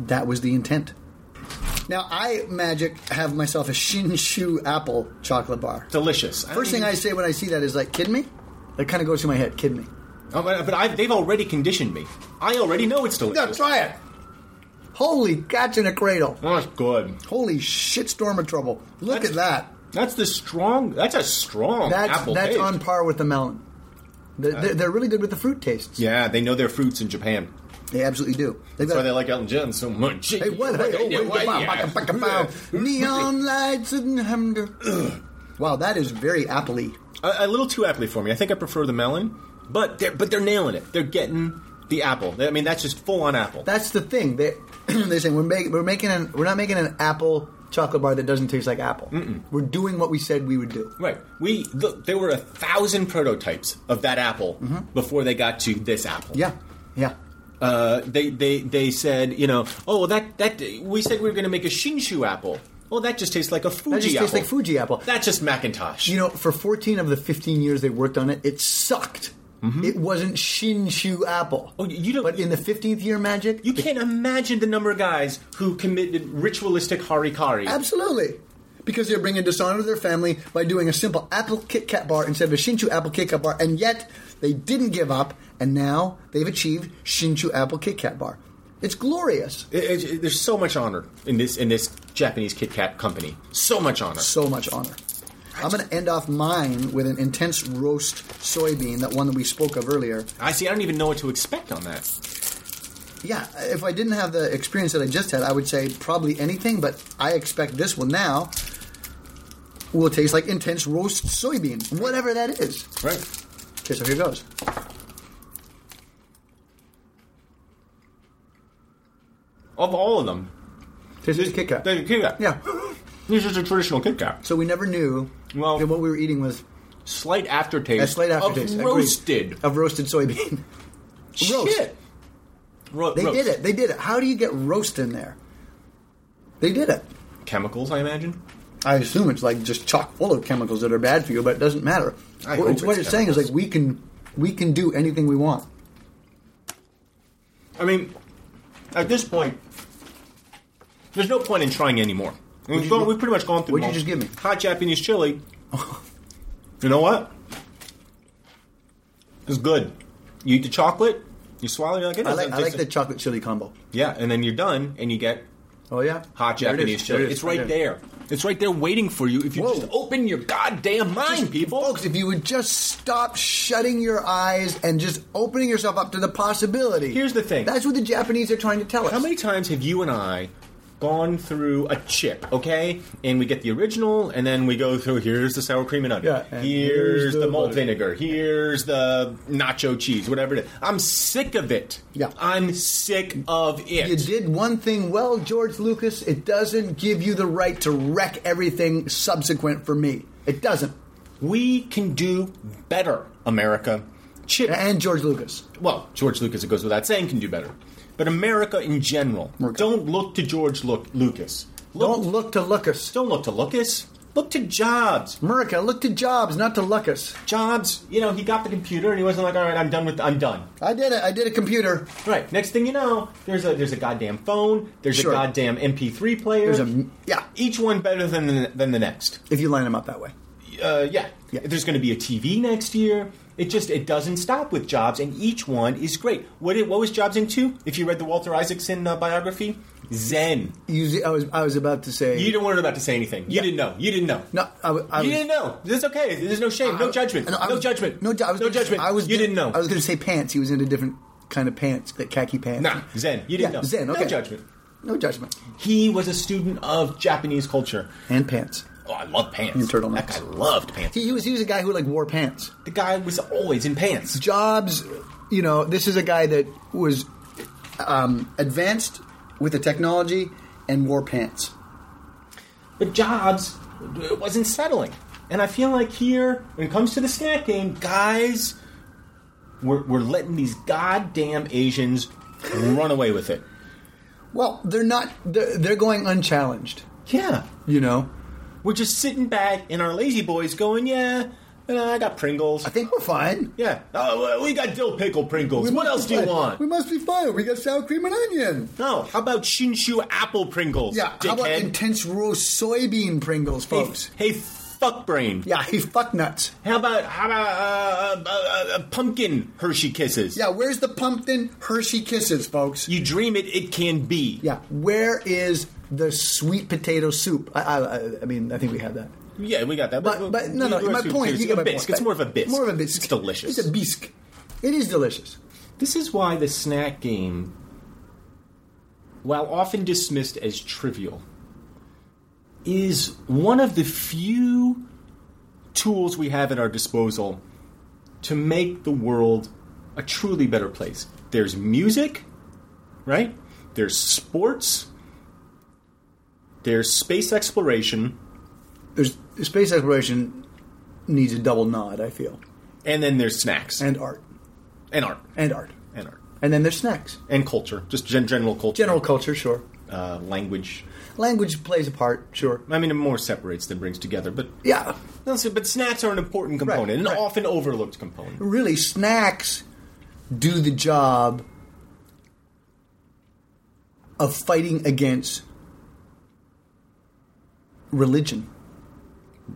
Speaker 2: that was the intent. Now, I magic have myself a Shinshu apple chocolate bar.
Speaker 3: Delicious. I
Speaker 2: First
Speaker 3: don't
Speaker 2: thing I say when I see that is like, kid me? That kind of goes through my head, kid me.
Speaker 3: Oh, but but I, they've already conditioned me. I already know it's delicious.
Speaker 2: No, try it. Holy cats in a cradle.
Speaker 3: Oh, it's good.
Speaker 2: Holy shitstorm of trouble. Look
Speaker 3: That's-
Speaker 2: at that.
Speaker 3: That's the strong. That's a strong
Speaker 2: That's
Speaker 3: apple
Speaker 2: that's
Speaker 3: taste.
Speaker 2: on par with the melon. They're, they're, they're really good with the fruit tastes.
Speaker 3: yeah, they know their fruits in Japan.
Speaker 2: They absolutely do. They've
Speaker 3: That's why
Speaker 2: got
Speaker 3: they like Elton John so much.
Speaker 2: Hey, what? Hey, oh, wait, ba- ba- ba- ba- ba- ba- neon lights and hamder. Wow, that is very appley.
Speaker 3: A, a little too apple for me. I think I prefer the melon, but they're but they're nailing it. They're getting the apple. I mean, that's just full on apple.
Speaker 2: That's the thing. They they're saying we're making we're making an we're not making an apple chocolate bar that doesn't taste like apple. We're doing what we said we would do.
Speaker 3: right. We th there were a thousand prototypes of that apple before they got to this apple.
Speaker 2: Mm-hmm. Yeah, yeah.
Speaker 3: Uh, they they they said you know oh well, that that we said we were going to make a Shinshu apple. Well, that just tastes like a Fuji
Speaker 2: That just
Speaker 3: apple.
Speaker 2: tastes like Fuji apple.
Speaker 3: That's just Macintosh.
Speaker 2: You know, for 14 of the 15 years they worked on it, it sucked. It wasn't Shinshu apple.
Speaker 3: Mm-hmm. Oh, you don't-
Speaker 2: But in the 15th year magic,
Speaker 3: You can't imagine the number of guys who committed ritualistic harikari.
Speaker 2: absolutely. Because they're bringing dishonor to their family by doing a simple apple Kit Kat bar instead of a Shinshu apple Kit Kat bar, and yet they didn't give up, and now they've achieved Shinshu apple Kit Kat bar. It's glorious.
Speaker 3: It- it- it- there's so much honor in this in this Japanese Kit Kat company. So much honor.
Speaker 2: So much honor. I'm going to end off mine with an intense roast soybean, that one that we spoke of earlier.
Speaker 3: I see. I don't even know what to expect on that.
Speaker 2: Yeah, if I didn't have the experience that I just had, I would say probably anything, but I expect this one now will taste like intense roast soybean, whatever that is.
Speaker 3: Right.
Speaker 2: Okay, so here goes.
Speaker 3: Of all of them,
Speaker 2: This is Kit Kat.
Speaker 3: the Kit Kat.
Speaker 2: Yeah.
Speaker 3: This is a traditional Kit Kat.
Speaker 2: So we never knew
Speaker 3: Well-
Speaker 2: that what we were eating was
Speaker 3: Slight aftertaste.
Speaker 2: a slight aftertaste.
Speaker 3: Of
Speaker 2: Agreed.
Speaker 3: roasted.
Speaker 2: Of roasted soybean. roast.
Speaker 3: Shit. Ro-
Speaker 2: They
Speaker 3: roast.
Speaker 2: did it. They did it. How do you get roast in there? They did it.
Speaker 3: Chemicals, I imagine.
Speaker 2: I assume it's like just chock full of chemicals that are bad for you, but it doesn't matter.
Speaker 3: I
Speaker 2: What
Speaker 3: hope
Speaker 2: it's, what
Speaker 3: it's
Speaker 2: it's saying is like
Speaker 3: chemicals.
Speaker 2: we can we can do anything we want.
Speaker 3: I mean, at this point, there's no point in trying anymore. I mean,
Speaker 2: What'd you
Speaker 3: go-
Speaker 2: gi-
Speaker 3: we've pretty much gone through.
Speaker 2: what'd you
Speaker 3: them all.
Speaker 2: just give me?
Speaker 3: Hot Japanese chili. you know what? It's good. You eat the chocolate, you swallow, you're like, it
Speaker 2: I
Speaker 3: doesn't
Speaker 2: like I like
Speaker 3: taste
Speaker 2: the chocolate chili combo.
Speaker 3: yeah, and then you're done, and you get
Speaker 2: Oh yeah,
Speaker 3: hot
Speaker 2: There it is.
Speaker 3: Japanese
Speaker 2: There
Speaker 3: chili.
Speaker 2: it is.
Speaker 3: it's right there. It's right there waiting for you if you
Speaker 2: Whoa.
Speaker 3: just open your goddamn mind, people.
Speaker 2: Folks, if you would just stop shutting your eyes and just opening yourself up to the possibility.
Speaker 3: Here's the thing.
Speaker 2: That's what the Japanese are trying to tell us.
Speaker 3: How many times have you and I gone through a chip, okay? And we get the original, and then we go through here's the sour cream and onion.
Speaker 2: Yeah, and
Speaker 3: here's,
Speaker 2: here's
Speaker 3: the,
Speaker 2: the
Speaker 3: malt
Speaker 2: butter.
Speaker 3: vinegar. Here's the nacho cheese, whatever it is. I'm sick of it.
Speaker 2: Yeah.
Speaker 3: I'm sick of it.
Speaker 2: You did one thing well, George Lucas. It doesn't give you the right to wreck everything subsequent for me. It doesn't.
Speaker 3: We can do better, America. Chip.
Speaker 2: And George Lucas.
Speaker 3: well, George Lucas, it goes without saying, can do better. But America in general,
Speaker 2: Okay.
Speaker 3: don't look to George Lu- Lucas.
Speaker 2: Don't look to Lucas.
Speaker 3: don't look to Lucas. Look to Jobs.
Speaker 2: America, look to Jobs, not to Lucas.
Speaker 3: Jobs, you know, he got the computer and he wasn't like, all right, I'm done with, I'm done.
Speaker 2: I did it. I did a computer.
Speaker 3: Right. Next thing you know, there's a there's a goddamn phone. There's
Speaker 2: Sure.
Speaker 3: a goddamn MP3 player.
Speaker 2: There's a- yeah.
Speaker 3: Each one better than the, than the next.
Speaker 2: If you line them up that way.
Speaker 3: Uh, yeah.
Speaker 2: Yeah.
Speaker 3: There's going to be a TV next year. It just it doesn't stop with Jobs, and each one is great. What did, what was Jobs into? If you read the Walter Isaacson uh, biography, Zen.
Speaker 2: You, I was I was about to say
Speaker 3: You weren't about to say anything. You
Speaker 2: Yeah.
Speaker 3: didn't know. You didn't know.
Speaker 2: No, I w- I
Speaker 3: you
Speaker 2: was-
Speaker 3: didn't know. It's okay. There's no shame. no
Speaker 2: I-
Speaker 3: judgment.
Speaker 2: I
Speaker 3: No,
Speaker 2: was-
Speaker 3: judgment.
Speaker 2: No, ju- I was
Speaker 3: no
Speaker 2: gonna-
Speaker 3: judgment.
Speaker 2: I was
Speaker 3: you
Speaker 2: gonna-
Speaker 3: didn't know.
Speaker 2: I was going to say pants. He was into different kind of pants, like khaki pants.
Speaker 3: Nah, Zen. You didn't
Speaker 2: yeah,
Speaker 3: know.
Speaker 2: Zen.
Speaker 3: No
Speaker 2: Okay.
Speaker 3: judgment.
Speaker 2: No judgment.
Speaker 3: He was a student of Japanese culture.
Speaker 2: And pants.
Speaker 3: Oh, I love pants.
Speaker 2: And turtlenecks.
Speaker 3: That guy loved pants.
Speaker 2: He, he was he was a guy who like wore pants.
Speaker 3: the guy was always in pants.
Speaker 2: Jobs, you know, this is a guy that was um, advanced with the technology and wore pants.
Speaker 3: But Jobs uh, wasn't settling. And I feel like here, when it comes to the snack game, guys, we're, we're letting these goddamn Asians run away with it.
Speaker 2: Well, they're not. They're, they're going unchallenged.
Speaker 3: Yeah.
Speaker 2: You know,
Speaker 3: We're just sitting back in our lazy boys going, yeah, uh, I got Pringles.
Speaker 2: I think we're fine.
Speaker 3: Yeah. Oh, well, we got dill pickle Pringles.
Speaker 2: We
Speaker 3: what
Speaker 2: must
Speaker 3: else
Speaker 2: be
Speaker 3: do you
Speaker 2: fine.
Speaker 3: want?
Speaker 2: We must be fine. We got sour cream and onion.
Speaker 3: no, how about Shinshu apple Pringles?
Speaker 2: Yeah.
Speaker 3: dickhead?
Speaker 2: How about intense roast soybean Pringles,
Speaker 3: hey,
Speaker 2: folks?
Speaker 3: hey, fuck brain.
Speaker 2: Yeah, he fuck nuts.
Speaker 3: How about how about uh, uh, uh, uh, pumpkin Hershey kisses?
Speaker 2: Yeah, where's the pumpkin Hershey kisses, folks?
Speaker 3: You dream it, it can be.
Speaker 2: Yeah, where is the sweet potato soup? I, I, I- I mean, I think we have that.
Speaker 3: Yeah, we got that.
Speaker 2: But, but no, no,
Speaker 3: we-
Speaker 2: my
Speaker 3: we-
Speaker 2: point.
Speaker 3: It's
Speaker 2: You
Speaker 3: a
Speaker 2: get my
Speaker 3: bisque.
Speaker 2: point.
Speaker 3: It's more of a bisque.
Speaker 2: More of a bisque.
Speaker 3: It's delicious.
Speaker 2: It's a bisque. It is delicious.
Speaker 3: This is why the snack game, while often dismissed as trivial, is one of the few tools we have at our disposal to make the world a truly better place. There's music, right? There's sports. There's space exploration.
Speaker 2: There's space exploration needs a double nod. I feel
Speaker 3: And then there's snacks.
Speaker 2: and art
Speaker 3: and art.
Speaker 2: and art
Speaker 3: And art.
Speaker 2: and then there's snacks.
Speaker 3: And culture. Just gen- general culture.
Speaker 2: General culture, sure.
Speaker 3: uh, language.
Speaker 2: Language plays a part, sure.
Speaker 3: I mean, it more separates than brings together, but
Speaker 2: Yeah,
Speaker 3: no, so- but snacks are an important component,
Speaker 2: Right,
Speaker 3: an
Speaker 2: right.
Speaker 3: often overlooked component.
Speaker 2: really, snacks do the job of fighting against religion.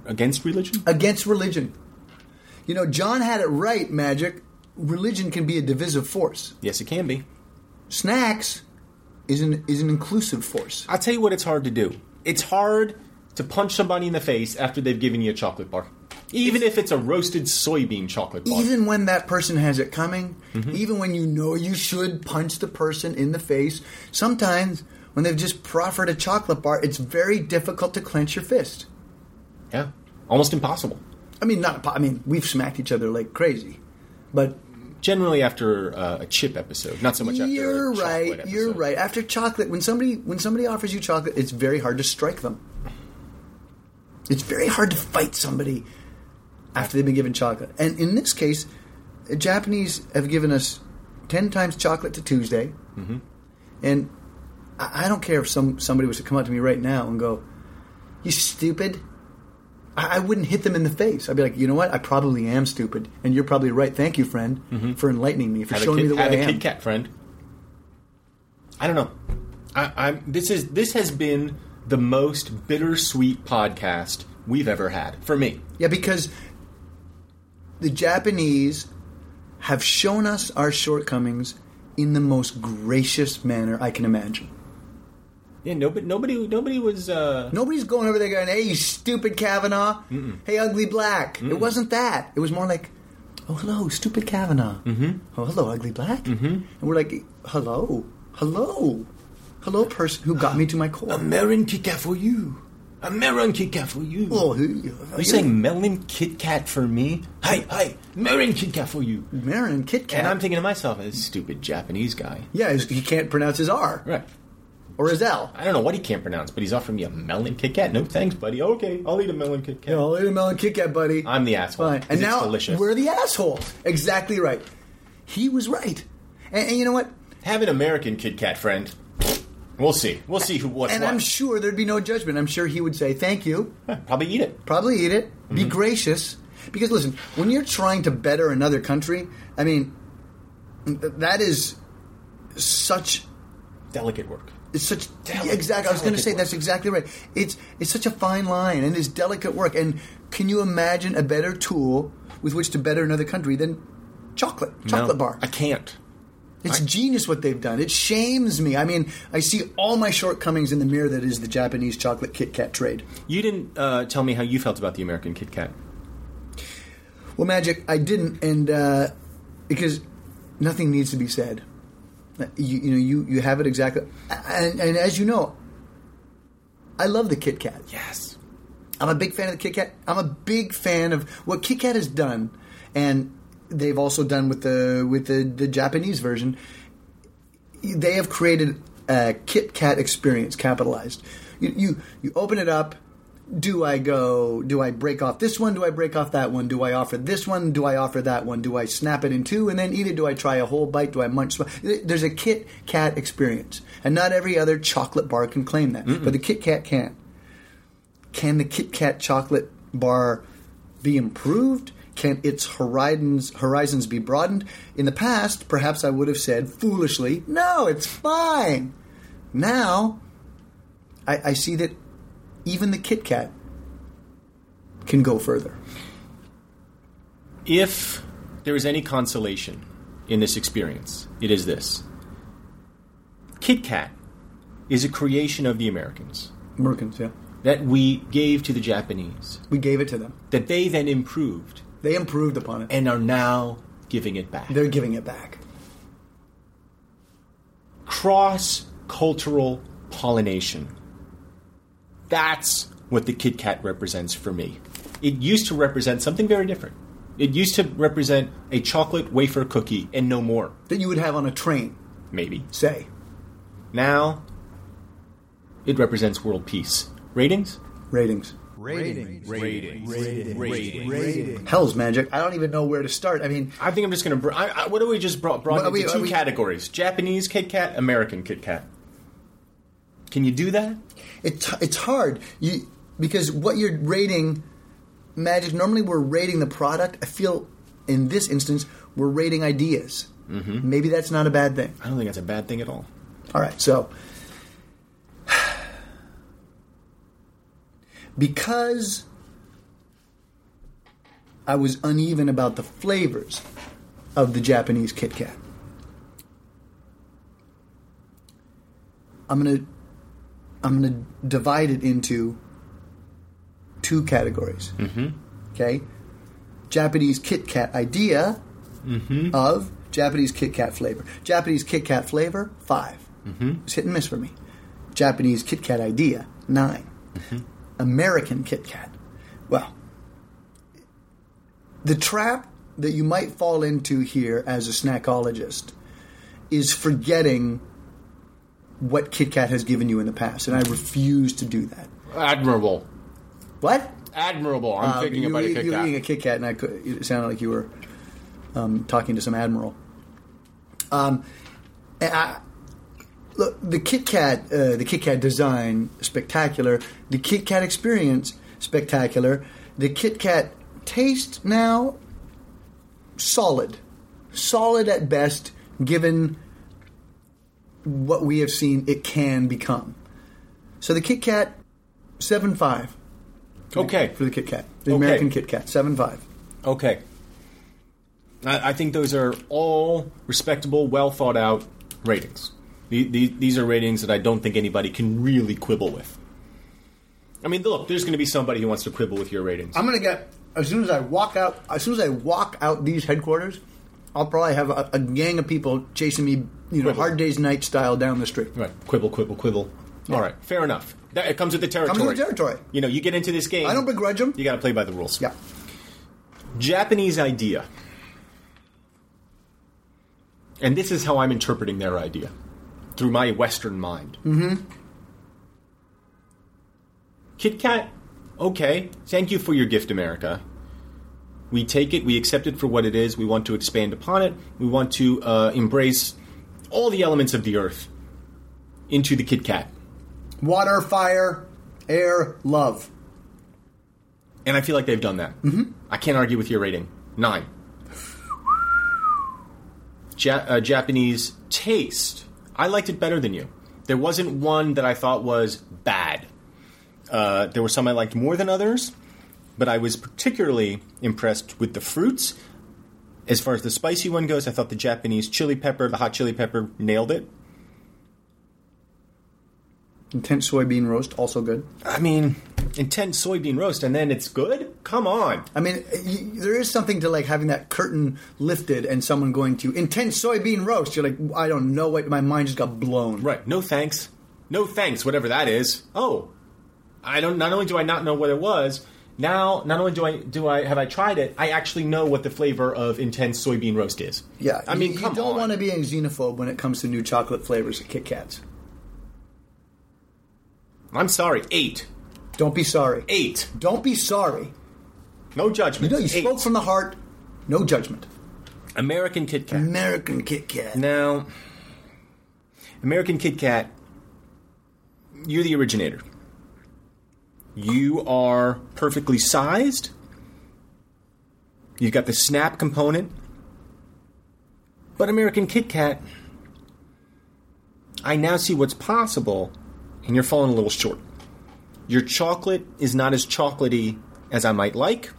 Speaker 3: Against religion?
Speaker 2: Against religion. You know, John had it right, Magic. Religion can be a divisive force.
Speaker 3: Yes, it can be.
Speaker 2: Snacks is an is an inclusive force.
Speaker 3: I'll tell you what it's hard to do. It's hard to punch somebody in the face after they've given you a chocolate bar. Even if it's a roasted soybean chocolate bar.
Speaker 2: Even when that person has it coming, even when you know you should punch the person in the face, sometimes when they've just proffered a chocolate bar, it's very difficult to clench your fist.
Speaker 3: yeah. Almost impossible.
Speaker 2: I mean, not. I mean, we've smacked each other like crazy, but
Speaker 3: Generally after uh, a chip episode, not so much after
Speaker 2: you're
Speaker 3: a chocolate
Speaker 2: right. You're
Speaker 3: episode.
Speaker 2: right. After chocolate, when somebody when somebody offers you chocolate, it's very hard to strike them. It's very hard to fight somebody after they've been given chocolate. And in this case, the Japanese have given us ten times chocolate to Tuesday, mm-hmm. and I, I don't care if some somebody was to come up to me right now and go, "You stupid." I I wouldn't hit them in the face. I'd be like, you know what? I probably am stupid, and you're probably right. Thank you, friend, for enlightening me, for
Speaker 3: Have Mm-hmm. a
Speaker 2: showing
Speaker 3: kid,
Speaker 2: me the way
Speaker 3: have
Speaker 2: I
Speaker 3: a
Speaker 2: am.
Speaker 3: Kit Kat friend. I don't know. I, I'm this is this has been the most bittersweet podcast we've ever had for me.
Speaker 2: Yeah, because the Japanese have shown us our shortcomings in the most gracious manner I can imagine.
Speaker 3: Yeah, nobody nobody nobody was. Uh,
Speaker 2: Nobody's going over there going, "Hey, you stupid Kavanaugh! Hey, ugly black!" It wasn't that. It was more like, "Oh, hello, stupid Kavanaugh! Mm-hmm. Oh, hello, ugly black!" Mm-hmm. And we're like, "Hello, hello, hello, person who got me to my core."
Speaker 3: Marin Kit Kat for you. A Marin Kit Kat for you.
Speaker 2: Oh, who,
Speaker 3: You're saying melon Kit Kat for me? Hey, hey, Marin Kit Kat for you.
Speaker 2: Marin and Kit Kat?
Speaker 3: And I'm thinking to myself, this stupid Japanese guy.
Speaker 2: yeah, he can't pronounce his R
Speaker 3: Right.
Speaker 2: or his L.
Speaker 3: I don't know what he can't pronounce, but he's offering me a melon Kit Kat. No thanks, buddy. Okay, I'll eat a melon Kit Kat.
Speaker 2: Yeah, I'll eat a melon Kit Kat, buddy.
Speaker 3: I'm the asshole,
Speaker 2: Fine.
Speaker 3: 'cause
Speaker 2: And
Speaker 3: it's
Speaker 2: now
Speaker 3: delicious.
Speaker 2: we're the assholes. Exactly right. He was right. And, and you know what?
Speaker 3: Have an American Kit Kat friend. We'll see. We'll see who what's
Speaker 2: and
Speaker 3: what.
Speaker 2: I'm sure there'd be no judgment. I'm sure he would say thank you.
Speaker 3: Probably eat it.
Speaker 2: Probably eat it.
Speaker 3: Mm-hmm.
Speaker 2: Be gracious. Because listen, when you're trying to better another country, I mean, th- that is such
Speaker 3: Delicate work.
Speaker 2: It's such
Speaker 3: Delicate-
Speaker 2: exactly. I was going to
Speaker 3: delicate
Speaker 2: say
Speaker 3: work.
Speaker 2: that's exactly right. It's it's such a fine line and it's delicate work. And can you imagine a better tool with which to better another country than chocolate chocolate bar?
Speaker 3: I can't.
Speaker 2: It's genius what they've done. It shames me. I mean, I see all my shortcomings in the mirror that is the Japanese chocolate Kit Kat trade.
Speaker 3: You didn't uh, tell me how you felt about the American Kit Kat.
Speaker 2: Well, magic, I didn't, and uh, because nothing needs to be said. You, you know, you, you have it exactly. And, and as you know, I love the Kit Kat.
Speaker 3: Yes.
Speaker 2: I'm a big fan of the Kit Kat. I'm a big fan of what Kit Kat has done, and they've also done with the with the, the Japanese version. They have created a Kit Kat experience capitalized. You, you you open it up. Do I go? Do I break off this one? Do I break off that one? Do I offer this one? Do I offer that one? Do I snap it in two and then eat it? Do I try a whole bite? Do I munch? There's a Kit Kat experience, and not every other chocolate bar can claim that, but the Kit Kat can can the Kit Kat chocolate bar be improved? Can its horizons horizons be broadened? In the past, perhaps I would have said foolishly, "No, it's fine." Now, I, I see that even the Kit Kat can go further.
Speaker 3: If there is any consolation in this experience, it is this Kit Kat is a creation of the Americans
Speaker 2: Merkins, yeah,
Speaker 3: that we gave to the Japanese,
Speaker 2: we gave it to them.
Speaker 3: that they then improved
Speaker 2: They improved upon it.
Speaker 3: and are now giving it back.
Speaker 2: They're giving it back.
Speaker 3: Cross cultural pollination. That's what the Kit Kat represents for me. It used to represent something very different. It used to represent a chocolate wafer cookie and no more,
Speaker 2: That you would have on a train,
Speaker 3: maybe.
Speaker 2: say.
Speaker 3: Now, it represents world peace. Ratings?
Speaker 2: Ratings.
Speaker 4: Rating. Rating.
Speaker 2: Hell's magic. I don't even know where to start. I mean,
Speaker 3: I think I'm just going to. Br- I, I, what do we just brought, brought
Speaker 2: Well,
Speaker 3: into
Speaker 2: we-
Speaker 3: two
Speaker 2: we-
Speaker 3: categories? Japanese Kit Kat, American Kit Kat. Can you do that?
Speaker 2: it's it's hard you because what you're rating magic normally we're rating the product i feel in this instance we're rating ideas mm-hmm. maybe that's not a bad thing
Speaker 3: I don't think that's a bad thing at all.
Speaker 2: all right so because i was uneven about the flavors of the japanese kit kat i'm gonna I'm going to divide it into two categories. Mm-hmm. Okay, Japanese Kit Kat idea of Japanese Kit Kat flavor. Japanese Kit Kat flavor 5 Mm-hmm. It's hit and miss for me. Japanese Kit Kat idea 9 American Kit Kat. Well, the trap that you might fall into here as a snackologist is forgetting what Kit Kat has given you in the past, and I refuse to do that.
Speaker 3: Admirable.
Speaker 2: What?
Speaker 3: Admirable. I'm
Speaker 2: Um,
Speaker 3: thinking
Speaker 2: you
Speaker 3: about
Speaker 2: were,
Speaker 3: a Kit
Speaker 2: you were
Speaker 3: Kat.
Speaker 2: eating a Kit Kat, and I cou- it sounded like you were um, talking to some admiral. Um, and I, look, the Kit Kat, uh, the Kit Kat design, spectacular. The Kit Kat experience, spectacular. The Kit Kat taste now, solid, solid at best, given what we have seen it can become. So the Kit Kat, seven five
Speaker 3: okay.
Speaker 2: for the Kit Kat, the
Speaker 3: Okay.
Speaker 2: American Kit Kat, seven five.
Speaker 3: Okay. I, I think those are all respectable, well thought out ratings. The, the, these are ratings that I don't think anybody can really quibble with. I mean, look, there's going to be somebody who wants to quibble with your ratings.
Speaker 2: I'm gonna get as soon as I walk out. As soon as I walk out these headquarters, I'll probably have a, a gang of people chasing me, you know,
Speaker 3: Quibble.
Speaker 2: hard days night style down the street.
Speaker 3: Right. Quibble, quibble, quibble. All right. Fair enough. That, it comes with the territory.
Speaker 2: Comes with the territory.
Speaker 3: You know, you get into this game.
Speaker 2: I don't begrudge 'em.
Speaker 3: You got to play by the rules.
Speaker 2: Yeah,
Speaker 3: Japanese idea. And this is how I'm interpreting their idea through my Western mind. Mm-hmm. Kit Kat, okay, thank you for your gift, America. We take it, we accept it for what it is, we want to expand upon it, we want to uh, embrace all the elements of the earth into the Kit Kat.
Speaker 2: water, fire, air, love.
Speaker 3: And I feel like they've done that. Mm-hmm. I can't argue with your rating. Nine. Ja- uh, Japanese taste. I liked it better than you. There wasn't one that I thought was bad. Uh, there were some I liked more than others, but I was particularly impressed with the fruits. As far as the spicy one goes, I thought the Japanese chili pepper, the hot chili pepper, nailed it.
Speaker 2: Intense soybean roast, also good.
Speaker 3: I mean, intense soybean roast and then it's good? Come on.
Speaker 2: I mean, y- there is something to like having that curtain lifted and someone going to intense soybean roast. You're like, I don't know what my mind just got blown.
Speaker 3: Right. No thanks. No thanks, whatever that is. Oh. I don't not only do I not know what it was, now not only do I do I have I tried it, I actually know what the flavor of intense soybean roast is.
Speaker 2: Yeah,
Speaker 3: I mean,
Speaker 2: you, you
Speaker 3: come
Speaker 2: don't
Speaker 3: on.
Speaker 2: want to be a xenophobe when it comes to new chocolate flavors at Kit Kats.
Speaker 3: I'm sorry. 8.
Speaker 2: Don't be sorry.
Speaker 3: 8.
Speaker 2: Don't be sorry.
Speaker 3: No
Speaker 2: You
Speaker 3: judgment.
Speaker 2: know, you
Speaker 3: Eight.
Speaker 2: spoke from the heart. No judgment.
Speaker 3: American Kit Kat.
Speaker 2: American Kit Kat.
Speaker 3: Now, American Kit Kat, you're the originator. You are perfectly sized. You've got the snap component. But American Kit Kat, I now see what's possible, and you're falling a little short. Your chocolate is not as chocolatey as I might like,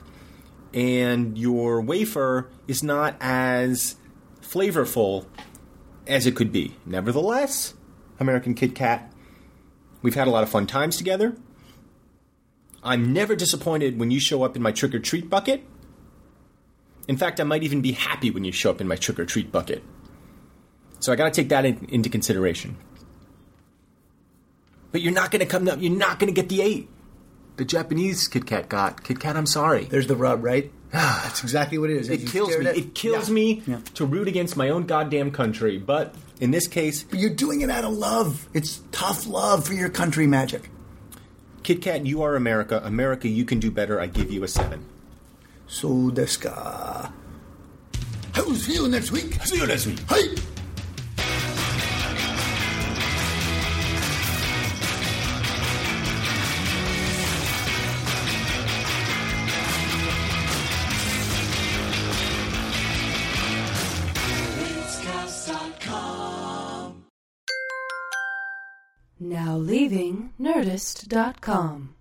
Speaker 3: and your wafer is not as flavorful as it could be. Nevertheless, American Kit Kat, we've had a lot of fun times together. I'm never disappointed when you show up in my trick or treat bucket. In fact, I might even be happy when you show up in my trick or treat bucket. So I got to take that in, into consideration. But you're not going to come up. You're not going to get the eight. The Japanese Kit Kat got Kit Kat. I'm sorry.
Speaker 2: There's the rub, right? That's exactly what it is. As
Speaker 3: It
Speaker 2: you
Speaker 3: kills
Speaker 2: stare
Speaker 3: me.
Speaker 2: at
Speaker 3: It kills
Speaker 2: Yeah.
Speaker 3: me
Speaker 2: Yeah.
Speaker 3: to root against my own goddamn country. But in this case,
Speaker 2: But you're doing it out of love. It's tough love for your country magic.
Speaker 3: Kit Kat, you are America. America, you can do better. I give you a seven.
Speaker 2: So deska. I'll see you next week.
Speaker 3: See you next week.
Speaker 2: Hey.
Speaker 4: Eatcast.com.
Speaker 1: Now leaving Nerdist.com.